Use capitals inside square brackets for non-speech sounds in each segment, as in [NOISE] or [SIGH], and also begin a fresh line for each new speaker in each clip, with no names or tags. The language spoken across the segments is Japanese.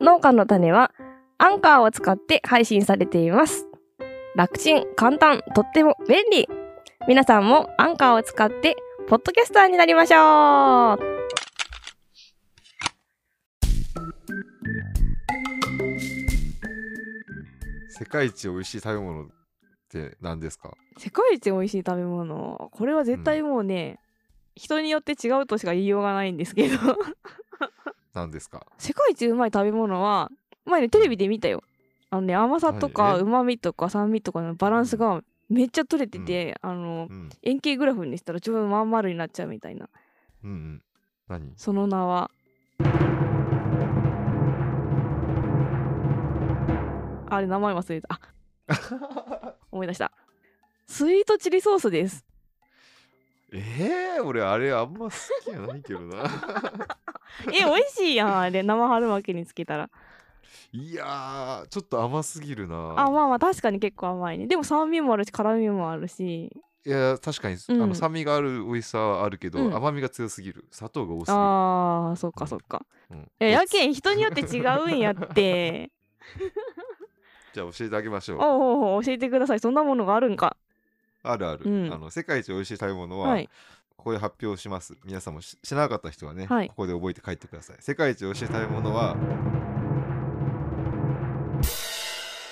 農家の種は、アンカーを使って配信されています。楽ちん、簡単、とっても便利。皆さんもアンカーを使って、ポッドキャスターになりましょう
世界一美味しい食べ物って何ですか
世界一美味しい食べ物これは絶対もうね、人によって違うとしか言いようがないんですけど [LAUGHS]
何ですか
世界一うまい食べ物は前ねテレビで見たよあのね甘さと
は
か
いえ
うまみとか酸味とかのバランスがめっちゃ取れてて、あの
うん。
円形グラフにしたらちょうどまん丸になっちゃうみたいな
うんうん。何
その名はあれ名前忘れたあ
[LAUGHS]
思い出したスイートチリソースです
ええ俺あれあんま好きじゃないけどな。 [LAUGHS]
え美味しいやんあれ生春巻きにつけたら
いやー、ちょっと甘すぎるな。
あまあまあ確かに結構甘いねでも酸味もあるし辛みもあるし
いや、確かに、
うん
あの酸味がある美味しさはあるけど、
うん
甘みが強すぎる。砂糖が多すぎる。
あーそっかそっか
うん
いややけん人によって違うんやって
[LAUGHS] じゃあ教えてあげましょう。
おうおうおう教えてくださいそんなものがあるんか
あるある、
うん
あの。世界一美味しい食べ物は、
はい
ここで発表します。皆さんもし知らなかった人はね、
はい
ここで覚えて帰ってください。世界一美味しい食べ物は、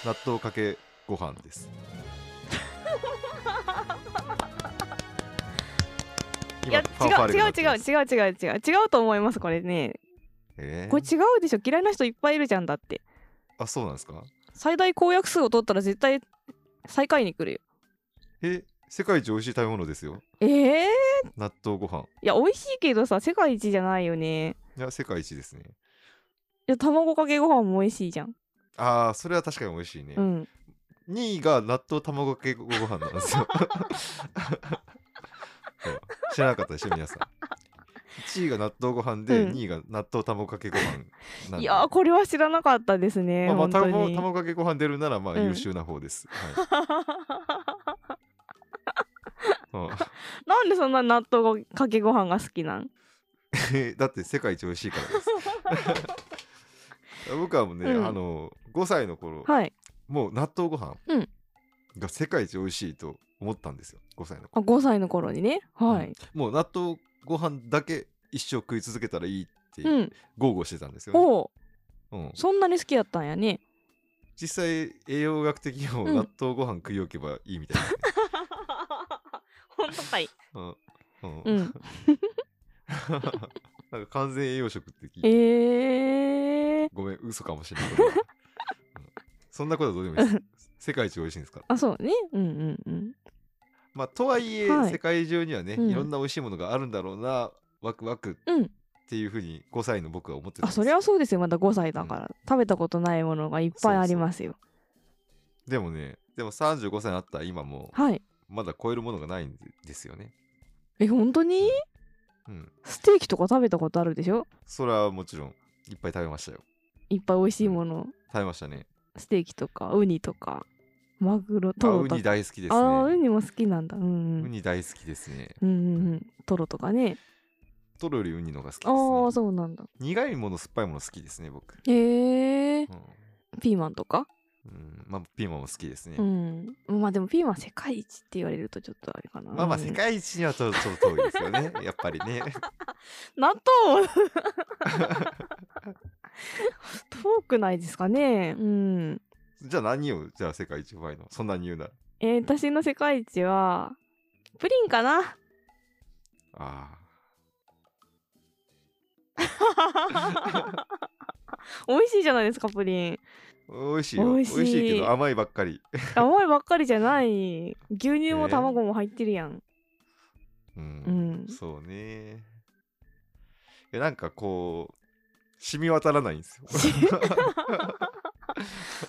納豆かけご飯
[LAUGHS]
です。
いや違
今ファンファー
う
レ
違
が
う違う
鳴ってます
違う違う違う違うと思いますこれね
えー
これ違うでしょ嫌いな人いっぱいいるじゃんだって
あ、そうなんですか
最大公約数を取ったら絶対最下位に来るよ
え、世界一美味しい食べ物ですよ。
えー、い
納豆ご飯。
や美味しいけどさ世界一じゃないよね
いや、世界一ですね。
いや卵かけご飯も美味しいじゃん
ああ、それは確かに美味しいね。
うん
2位が納豆卵かけご飯なんですよ。
[LAUGHS]
そう知らなかったでしょ、皆さん。1位が納豆ご飯で、
うん
2位が納豆卵かけご飯なんで。
いやーこれは知らなかったですね、
まあまあ、
本当に
卵卵かけご飯出るなら、まあ
うん
優秀な方です。はい
[LAUGHS] なんでそんな納豆かけご飯が好きなん
うん [LAUGHS] だって世界一美味しいからです。 [LAUGHS] 僕はもうね、
うん
あの5歳の頃、
はい
もう納豆ご飯
うん
が世界一美味しいと思ったんですよ、5歳の頃
あ5歳の頃にねはい
もう納豆ご飯だけ一生食い続けたらいいって
うん、
豪語してたんですよね、
おお
うん
そんなに好きだったんや
[LAUGHS]
ね
実際栄養学的にも
うん
納豆ご飯食いおけばいいみたい
本当かい [LAUGHS]
な、うんうん
うん
[LAUGHS] なんか完全栄養食って聞いて
えー、
ごめん嘘かもしれない、これはうんそんなことはどうでもいいです
[LAUGHS]
世界一美味しいんですから
あそうねうんうんうん
まあとはいえ、
はい
世界中にはね、
うん
いろんな美味しいものがあるんだろうなワクワクっ
うん
ていうふうに5歳の僕は思ってた
あ
んです
そりゃそうですよまだ5歳だから、食べたことないものがいっぱいありますよ
でもねでも35歳になった今も
はい
まだ超えるものがないんですよね。
え本当に
うん。
ステーキとか食べたことあるでしょ
それはもちろんいっぱい食べましたよ。
いっぱい美味しいもの
食べましたね。
ステーキとかウニとかマグロ
あ
トロ
ウ
と
ニ
か
大好きですね。
あーウニも好きなんだうん
ウニ大好きですね。
うんうんうんうんトロとかね
トロよりウニの方が好きです、
ああ
ね。
そうなんだ
苦いもの酸っぱいもの好きですね、僕。
へえ
うん。
ピーマンとか
うん、まあピーマンも好きですね。
うんまあでもピーマン世界一って言われるとちょっとあれかな
まあまあ
うん
世界一にはちょっとちょっと遠いですよね。 [LAUGHS] やっぱりね。
納豆
[LAUGHS]
[LAUGHS] 遠くないですかねうん
じゃあ何をじゃあ世界一うまいのそんなに言うなら。
えー私の世界一はプリンかな
あ
美味しいじゃないですかプリ
[LAUGHS]
ン
あ。美味しいよ。
美
美
味しい
味しいけど甘いばっかり。
甘いばっかりじゃない牛乳
え
も
ー
卵も入ってるやん、うん
そうね。いやなんかこう、染み渡らないんですよ。
[LAUGHS]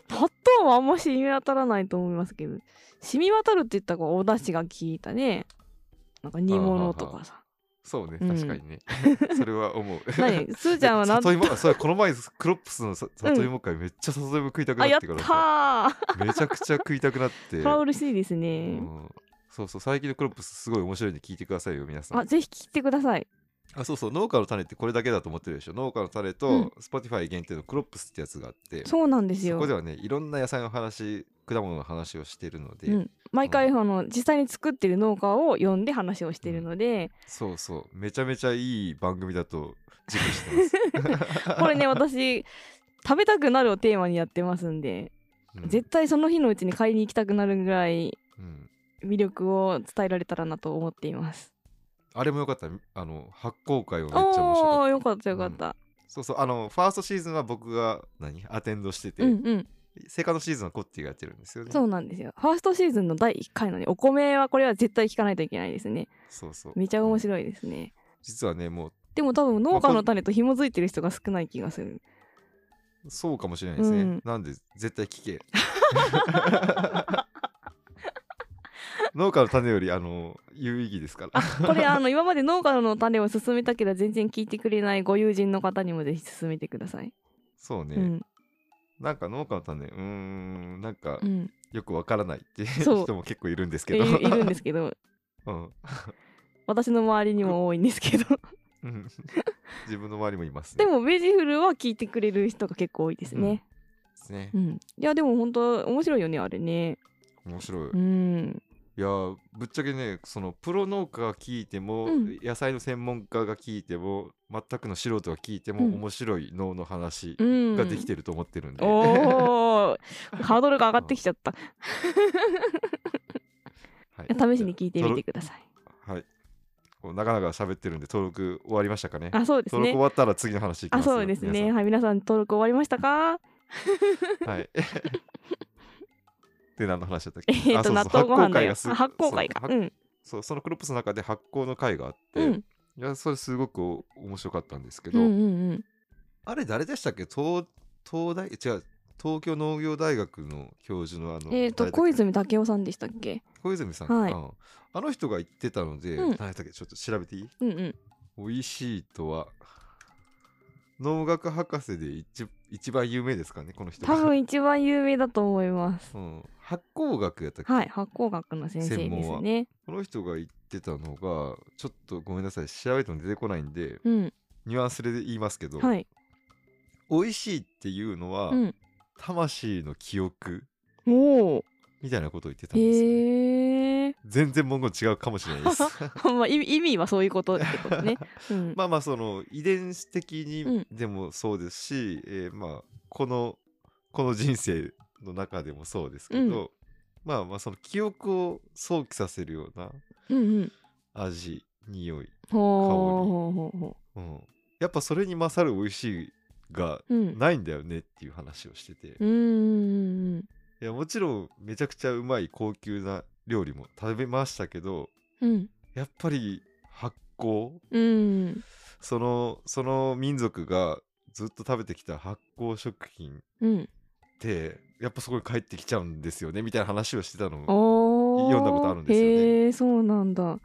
納豆はあんま染み渡らないと思いますけど染み渡るって言ったらこうお出汁が効いたねなんか煮物とかさ
そうね、
うん
確かにね。 [LAUGHS] それは思う。 [LAUGHS]
何すーちゃんは納
里
豆
芋、それこの前、クロップスのさ里芋会、めっちゃ里芋食いたく
あ
な
や
っ
ってた
からさ、
ー
めちゃくちゃ食いたくなって
[LAUGHS] それ。は嬉しいです
う
ね、
んそうそう、最近のクロップスすごい面白いんで聞いてくださいよ、皆さ
あ
ん。
ぜひ聞いてください
あそうそう農家の種ってこれだけだと思ってるでしょ農家の種
う
と
ん
Spotify 限定のクロップスってやつがあって、
そうなんです
そ
よ
こではねいろんな野菜の話果物の話をしてるので、
うん、毎回あの実際に作ってる農家を呼んで話をしてるので、
そうそうめちゃめちゃいい番組だと自負
[LAUGHS]
してます
これね私食べたくなるをテーマにやってますんで、
うん
絶対その日のうちに買いに行きたくなるぐらい
うん
魅力を伝えられたらなと思っています。
あれもよかったあの発酵会もめっちゃ面白
お
かっ
およかったよかった。
たそうそうあのファーストシーズンは僕が何アテンドしてて、
うんうん、
セカンドシーズンはコッティがやってるんですよね
そうなんですよ。ファーストシーズンの第1回のねお米はこれは絶対聞かないといけないですね。
そうそう
めちゃ面白いですね。
実はねもう
でも多分農家の種と紐づいてる人が少ない気がする。
そうかもしれないですね。
うん
なんで絶対聞け。 [LAUGHS] 農家の種よりあの有意義ですから。
これあの今まで農家の種を勧めたけど全然聞いてくれないご友人の方にもぜひ勧めてください。
そうね、
うん
なんか農家の種、うーん、なんか
うん、
よくわからないっていう
そう
人も結構いるんです
い
けど。
るいるんですけど
うん
私の周りにも多いんですけ [LAUGHS] ど
うん自分の周りもいます、ね。
でもベジフルは聞いてくれる人が結構多いですね。
ですね
う。んいやでも本当面白いよねあれね。
面白い。
う
い
ん
やー、ぶっちゃけね、そのプロ農家が聞いても、
うん
野菜の専門家が聞いても、全くの素人が聞いても、
うん
面白い脳の話
うん、
ができてると思ってるんで。
おーハードルが上がってきちゃ
[LAUGHS]
った。
はい
試しに聞いてみてください。
はい。こうなかなか喋ってるんで登録終わりましたかね。
あ、そうです
登録終
ね。
わったら次の話いきま
あ、
すよ
そうですね。
皆
はい、皆さん登録終わりましたか？
さん
[LAUGHS]
はい。で何の話だったっけ
えー
あ
と
そうそう
納豆ご飯だよ。
発酵会がす
あ発酵会か。
そううんそうそのクロップスの中で発酵の会があって、
う
い
ん
やそれすごくお面白かったんですけ
う
ど、
んうんうん。
あれ誰でしたっけ東東大違う東京農業大学の教授のあの
えっ、と
誰だっ
小
け
泉武夫さんでしたっけ？
小泉さん、
はい
うんあの人が言ってたので、
うん
誰だっけちょっと調べていい
うんうん。
美味しいとは農学博士で一一番有名ですかねこの人が
多分一番有名だと思います。
うん、発酵学やったっけ、
はい、発酵学の先生
専
で
門は
すね。
この人が言ってたのがちょっとごめんなさい調べても出てこないんで
うん、
ニュアンスで言いますけど、
はい、
美味しいっていうのは、
うん。
魂の記憶
おお、
みたいなことを言ってた
え
んですよ、
ー、
[LAUGHS] 全然文言違うかもしれないです
[LAUGHS] まあ意味意味はそういうことってこと
[LAUGHS]
ね。うん、
まあまあその遺伝子的
うん
にでもそうですし、えーまあこのこの人生の中でもそうですけど、
うん
まあまあその記憶を想起させるような
うんうん。
味匂い、
ほうほうほうほ
うん、やっぱそれに勝る美味しいが
う。うん。
ないんだよねっていう話をしてて、
う
い
んうん
やもちろんめちゃくちゃうまい高級な料理も食べましたけど
うん
やっぱり発酵
うん
そのその民族がずっと食べてきた発酵食品
うん
ってやっぱそこに帰ってきちゃうんですよねみたいな話をしてたの、
おお
読んだことあるんですよね
へえそうなんだ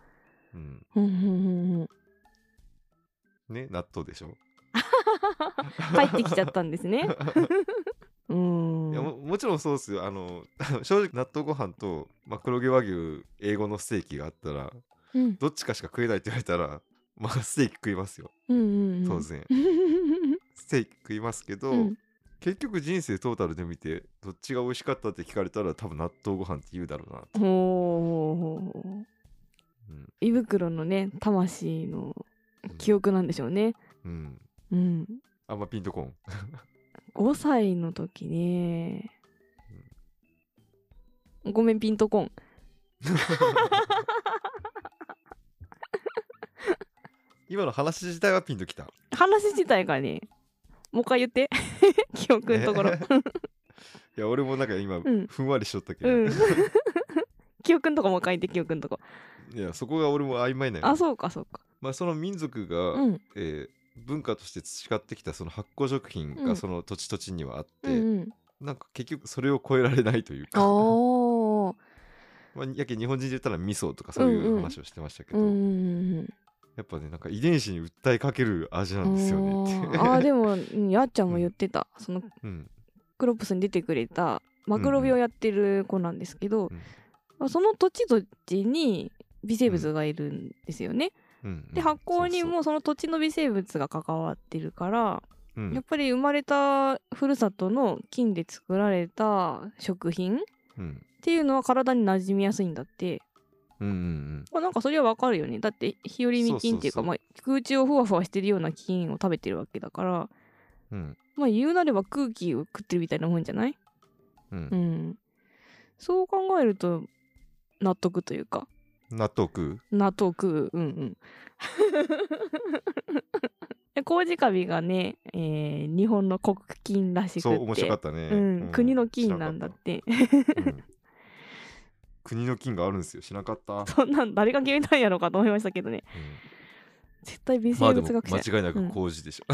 うん、
ふんふんふん
[LAUGHS]
ふん
ね納豆でしょ、
帰ってきちゃったんですね [LAUGHS] うーん
いやももちろんそうですよあの [LAUGHS] 正直納豆ご飯と、まあ、黒毛和牛英語のステーキがあったら
うん
どっちかしか食えないって言われたらまあステーキ食いますよ
うんうんうん
当然、ステーキ食いますけど、
[LAUGHS] うん
結局人生トータルで見てどっちが美味しかったって聞かれたら多分納豆ご飯って言うだろうなと、
ほうほうほう
うん
胃袋のね魂の
うん
記憶なんでしょうね
うん、
うん
あんまピンとこん
5歳の時ねごめんピンとこん
今の話自体はピンときた
話自体がねもう一回言って [LAUGHS] 記憶のところ
いや俺もなんか今、
ん
ふんわりしとったけど、
うん [LAUGHS] 記憶のとこもう一回言って記憶のとこ
いやそこが俺も曖昧なの
あそうかそうか
まあ、その民族が、
うん
えー文化として培ってきたその発酵食品
う
が
ん
その土地土地にはあって、
うんうん
なんか結局それを超えられないというか、
お
[LAUGHS]
ー
まあ、やけ日本人で言ったら味噌とかそういう話をしてましたけ
う
ど、
んうんうん
やっぱねなんか遺伝子に訴えかける味なんですよねって
あ
[LAUGHS]
ーあーでもうんやっちゃんも言ってたその
うん
クロップスに出てくれたマクロビをやってる子なんですけど、
うん
まあその土地土地に微生物がいるんですよね。
うん
で発酵にもその土地の微生物が関わってるから
うん
やっぱり生まれたふるさとの菌で作られた食品っ
うん
ていうのは体に馴染みやすいんだって
うんうん
まあなんかそれはわかるよねだって日和見菌っていうか
そうそうそう
まあ空中をふわふわしてるような菌を食べてるわけだから
うんうん
まあ言うなれば空気を食ってるみたいなもんじゃない
うんうん
うんそう考えると納得というか
納豆
納豆食ううんうん
[LAUGHS]
で麹カビがね、えー日本の国金らしくって
そう面白かったね、
うん国の金なんだって。
知らなかった
[LAUGHS]
うん国の金があるんですよ知らなかった、う
[LAUGHS]
ん
そんなん誰が決めたんやろうかと思いましたけどね絶対 [LAUGHS] 微
まあ
生
で
物
も
学者、
間違いな
う
く
ん
工事でしょ、 [LAUGHS]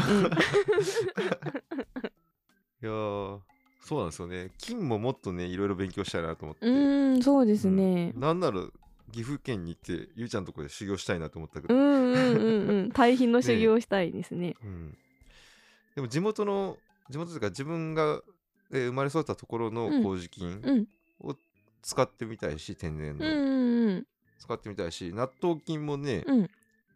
いやーそうなんですよね金ももっとねいろいろ勉強したいなと思って、
うん、うーんそうですね、
なんなら岐阜県に行ってゆうちゃんのとこで修行したいなと思ったけ
う
ど、
ん、
うん
うんうんう
[LAUGHS]
ん大貧の修行をしたいですね
でも地元の地元というか自分が、えー生まれ育ったところの
うん
麹菌
うん
を使ってみたいし、天然
う
の、
んうん
使ってみたいし納豆菌もね、
うん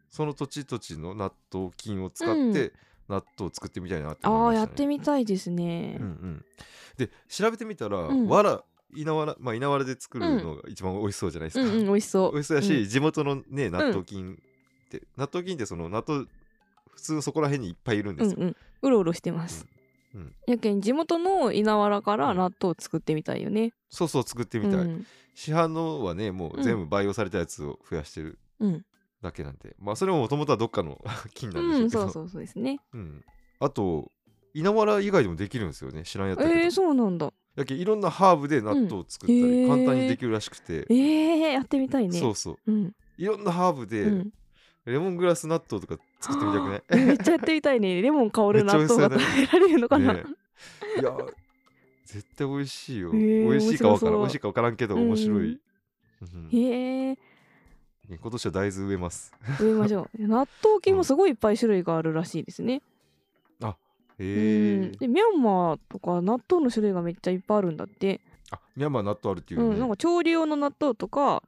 その土地土地の納豆菌を使っ
うん
て納豆を作ってみたいなって
あ
思
あ
いま
やっ
し、
た
ね、
てみたいですね、
うんうん、で調べてみたら、
ん
わら稲わらまあ稲わらで作るのが一番美味しそうじゃないです
うん
か、
うん美味しそう
[LAUGHS] 美味しそうやし、地元のね納豆菌って、納豆菌ってその納豆普通そこら辺にいっぱいいるん
う
で
ん
すよ、
うんうろうろしてます、
うんうん
やけん地元の稲わらから納豆を作ってみたいよね、
そうそう作って
う
みたい、
ん、
市販のはねもう全部培養されたやつを増やしてる
うん
だけなんで、まあそれももともとはどっかの [LAUGHS] 菌なんで
う
し
ん
ょうけ
そ
ど、
うそうそうですね
うんあと稲わら以外でもできるんですよね知らんやったけど、
えー、そうなんだ
だけどいろんなハーブで納豆を作ったり、
うんへー
簡単にできるらしくて、
えー、やってみたいね
そうそう
うん
いろんなハーブ
う
で、
ん、
レモングラス納豆とか作ってみたくない
[LAUGHS] めっちゃやってみたいねレモン香る納豆が食べられるのかな、
ね
[LAUGHS]
えいやー絶対美味しいよ、
へー
美味しいかわからん
面白そう
美味しいかわからんけど
うん
面白い、うん
へえ
今年は大豆植えます
植えましょ
[LAUGHS]
う納豆菌もすごいいっぱい種類があるらしいですね、う
へえ、
ん、でミャンマーとか納豆の種類がめっちゃいっぱいあるんだって、
あミャンマー納豆あるっていうう、ね
ん、なんか調理用の納豆とか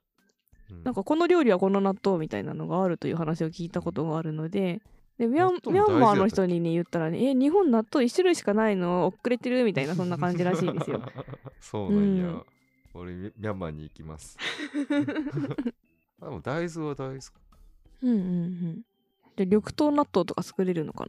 うん
なんかこの料理はこの納豆みたいなのがあるという話を聞いたことがあるのででミャン
納
ミ
豆も大事だったっけ
ャンマーの人にね言ったらね「え日本納豆1種類しかないの遅れてる」みたいなそんな感じらしいです
[LAUGHS]
よ。
そうなんや、
うん
俺ミャンマーに行きます
[LAUGHS]
あでも大豆は大豆か
うんうんうん、で緑豆納豆とか作れるのか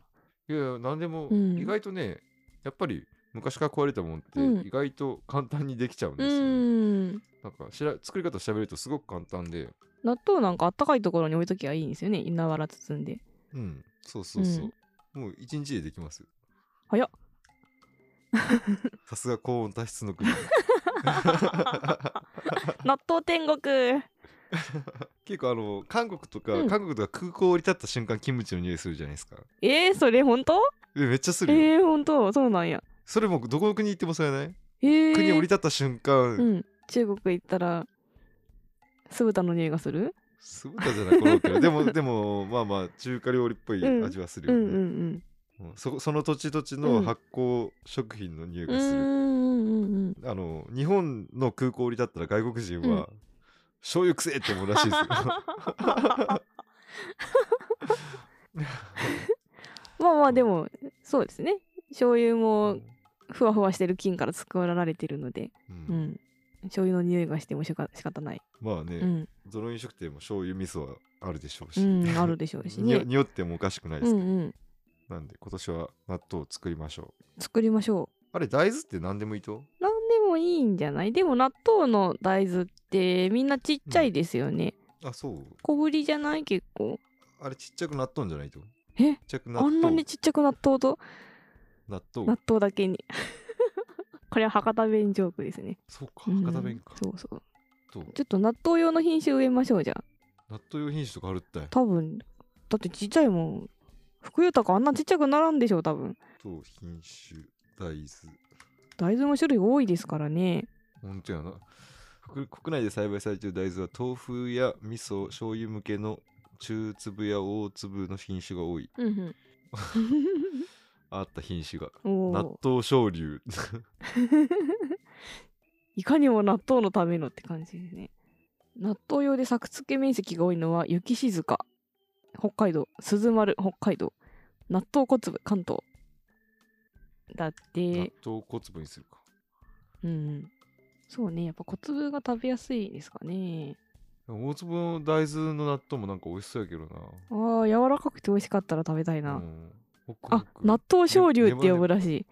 いやいや何でも、
うん
意外とねやっぱり昔から壊れたもんって
うん
意外と簡単にできちゃうん
な
ですよね、
うん
なんかしら作り方喋るとすごく簡単で
納豆なんかあったかいところに置いときゃいいんですよね稲わら包ん
[LAUGHS]
で。
うんそうそうそう、もう一日でできますよ
早っ
さすが高温多湿
[LAUGHS]
の国
納豆天国
結構あの韓国とか、
うん
韓国とか空港降り立った瞬間キムチの匂いするじゃないですか
えー、それ本当
えめっちゃするよ、
えー、本当そうなんや。
それもうどこの国行ってもそれない、
えー、
国降り立った瞬
う
間、
ん、中国行ったら酢豚の匂いがする
酢豚じゃなくなるけど
[LAUGHS]
でもでもまあまあ中華料理っぽい
うん
味はする
う
よ
ん
ね、
うんうん。
うんそその土地土地
う
の
ん
発酵食品の匂いうがする、
んうんうんうん
あの日本の空港降り立ったら外国人は、醤油くせえって思うらしいですよ
まあまあでもそうですね醤油 [LAUGHS] もふわふわしてる菌から作られてるので、
う
うんん、醤油の匂いがしてもしか仕方ない、
まあね、
うん
どの飲食店も醤油味噌はあるでしょう
う
し、
ん、あるでしょうし
にお
ね、
匂ってもおかしくないで
う
す
ん
けど、
うん、
なんで今年は納豆を作りましょう
作りましょ
あれ大豆って何でもいいと
う何でもいいんじゃないでも納豆の大豆ってみんなちっちゃいですよね、
あそう
小ぶりじゃない結構
あれちっちゃく納豆んじゃないと
え
ちっちゃく納
あんな
豆
にちっちゃく納豆と
納豆
納豆だけに [LAUGHS] これは博多弁ジョークですね
そうか博多弁か、
うんそうそう
納豆
ちょっと納豆用の品種植えましょうじゃあ
納豆用品種とかあるったい
多分だってちっちゃいもん福豊かあんなちっちゃくならんでしょう多分
納豆品種大豆
大豆の種類多いですからね
本当やな国国内で栽培されている大豆は豆腐や味噌醤油向けの中粒や大粒の品種が多い
うん
あった品種が
うんお
納
お
豆醤油
いかにも納豆のためのって感じですね納豆用で作付面積が多いのは雪静か北海道鈴丸北海道納豆小粒関東だっ
納
て
豆小粒にするか。
うんそうねやっぱ小粒が食べやすいですかね
大粒の大豆の納豆もなんか美味しそうやけど
あー柔らかくて美味しかったら食べたい
な。
な、
うんホクホ
あ
ク
納豆昇竜って呼ぶらしい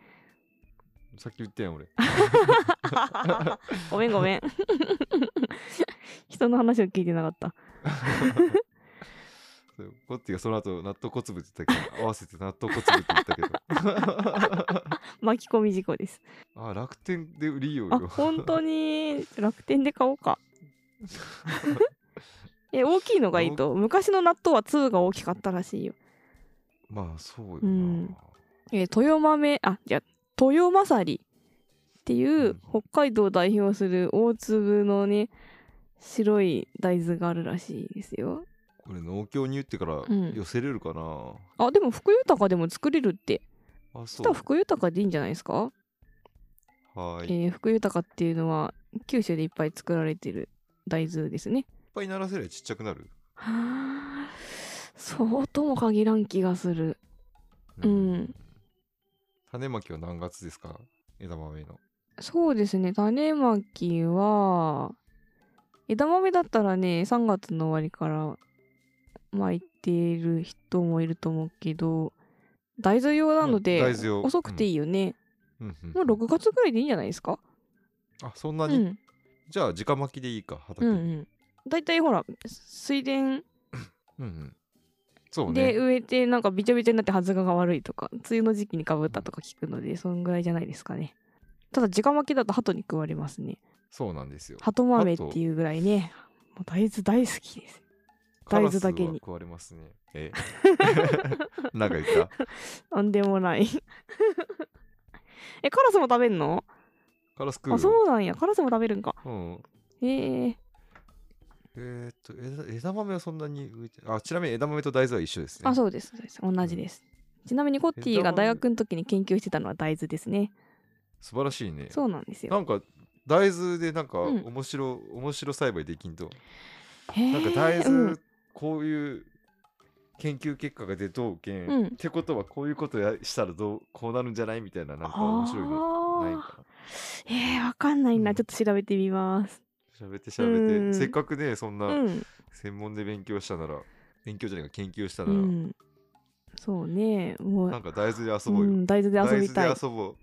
さっき言ったやん俺。
[LAUGHS] ごめんごめん人の話を聞いてなかった
そうコッティがその後納豆小粒って言ったけど、合わせて納豆小粒って言ったけど。
[LAUGHS] 巻き込み事故です
あ、楽天で売りよう
あ
よ。
本当に楽天で買おう [LAUGHS] かえ大きいのがいいと昔の納豆は粒が大きかったらしいよ
まあそうよ
う。
なん
えー豊豆あじゃ豊まさりっていううん北海道を代表する大粒のね白い大豆があるらしいですよ
これ農協に言ってから
うん
寄せれるかな。
あでも福豊でも作れるって
あ、
そし
そ
た
う
ら。福豊でいいんじゃないですか、
はい。いっ
えー福豊っていうのは九州でいっぱい作られてる大豆ですね
ぱい鳴らせりゃちっちゃくなる。
はあそうとも限らん気がするうん。
種まきは何月ですか枝豆の。
そうですね種まきは枝豆だったらね3月の終わりから巻いてる人もいると思うけど大豆用なので
うん大豆用
遅くていいよね、
うんんん
もう6月ぐらいでいいんじゃないですか、
あ、そん
う
なに。
ん、
じゃあ、直巻きでいいか、
う
畑。
んう
うん
んだいたいほら水田
うん。そうね。
で植えてなんかびちょびちょになって発芽が悪いとか梅雨の時期にかぶったとか聞くのでそんぐらいじゃないですかねただ直巻きだと鳩に食われますね
そうなんですよ。
鳩豆っていうぐらいねもう大豆大好きです
カラス
大豆だけに
は食われますね。
[LAUGHS]
えなんか言った
なんでもない [LAUGHS] えカラスも食べんの
カラス食うよ。
あそうなんやカラスも食べるんか
うん。
へえ
えーっと枝、枝豆はそんなに植えてあ、ちなみに枝豆と大豆は一緒ですね。
あそうですそうです同じです、ちなみにコッティが大学の時に研究してたのは大豆ですね
素晴らしいね。
そうなんですよ
なんか、大豆でなんか、
うん
面白、面白栽培できんと。
な
なんか大豆、
うん、
こういう研究結果が出とうけん、
うん
ってことはこういうことやしたらどうこうなるんじゃないみたいななんか面白いのないん
あ
か
ーえー、わかんないな、
うん
ちょっと調べてみます
な喋って喋って、
うん
せっかくねそん
う
なん専門で勉強したなら、勉強じゃないか研究した
う
なら、
んそうねもう
なんか大豆で遊ぼうよ、
ん、大豆で遊びたい [LAUGHS]
大豆で遊ぼう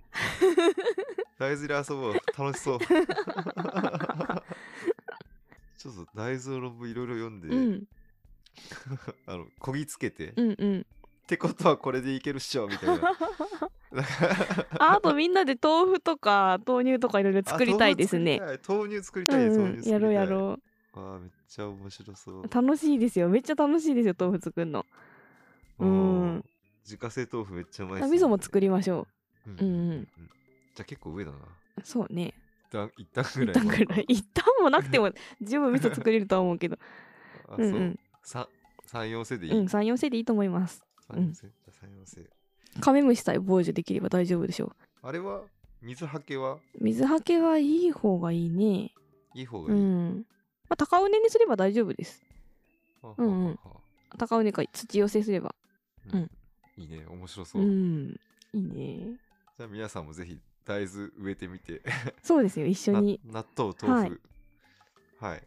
[LAUGHS] 大豆で遊ぼう楽
[LAUGHS]
しそうちょっと大豆の論文いろいろ読んで、
うん
[LAUGHS] あのこぎつけて、
う
っ
んうん
てことはこれでいけるっしょみたいななんか
ああとみんなで豆腐とか豆乳とかいろいろ [LAUGHS] 作りたいですね
あ。豆乳作り
う
たい。豆乳作りたい。
んうん、やろうやろ
う。わあ、めっちゃ面白そう
う。。楽しいですよ。めっちゃ楽しいですよ、豆腐作るの。うん
あー。自家製豆腐めっちゃうまいっ
味
すね。
噌も作りましょ
うん
うんうん
じゃあ結構上だな。
う。そうね。
一旦一旦ぐ
一
らい。
旦ぐ
[LAUGHS]
らい。。一旦もなくても十分味噌作れるとは思うけど。
あ、
うんう。。
そうん三三四世でい
うん、
い。
3、4世でいいと思います。
三四世。じゃあ三四世。
カメムシさえ防除できれば大丈夫でしょ
あれは水はけは
う。水はけはいい方がいいね。
いい方
う
がいい。
ん。まあ、高畝にすれば大丈夫です。
は
うんうん
ははは
高畝か土寄せすれば。
う
うん
んいいね、面白そうう。
ん。いいね。
じゃあ皆さんもぜひ大豆植えてみて。
そうですよ、一緒
[LAUGHS] な
に。
納豆
は
豆
い
腐。はい。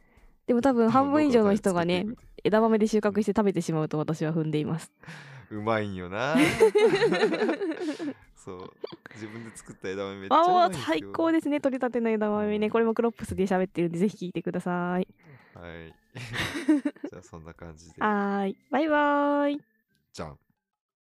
でも多分半分以上の人がね
農家の大豆作ってみて
枝豆で収穫して食べてしまうと私は踏んでい
[LAUGHS]
ます。
うまいんよ
[LAUGHS]
なそう自分で作った枝豆めっちゃうま
あ
い
あ
んすよ
最高ですね取り立ての枝豆ねこれもクロップスで喋ってるんでぜひ聞いてください。 [LAUGHS]
はいじゃあそんな感じで
はーいバイバーイ。
じゃん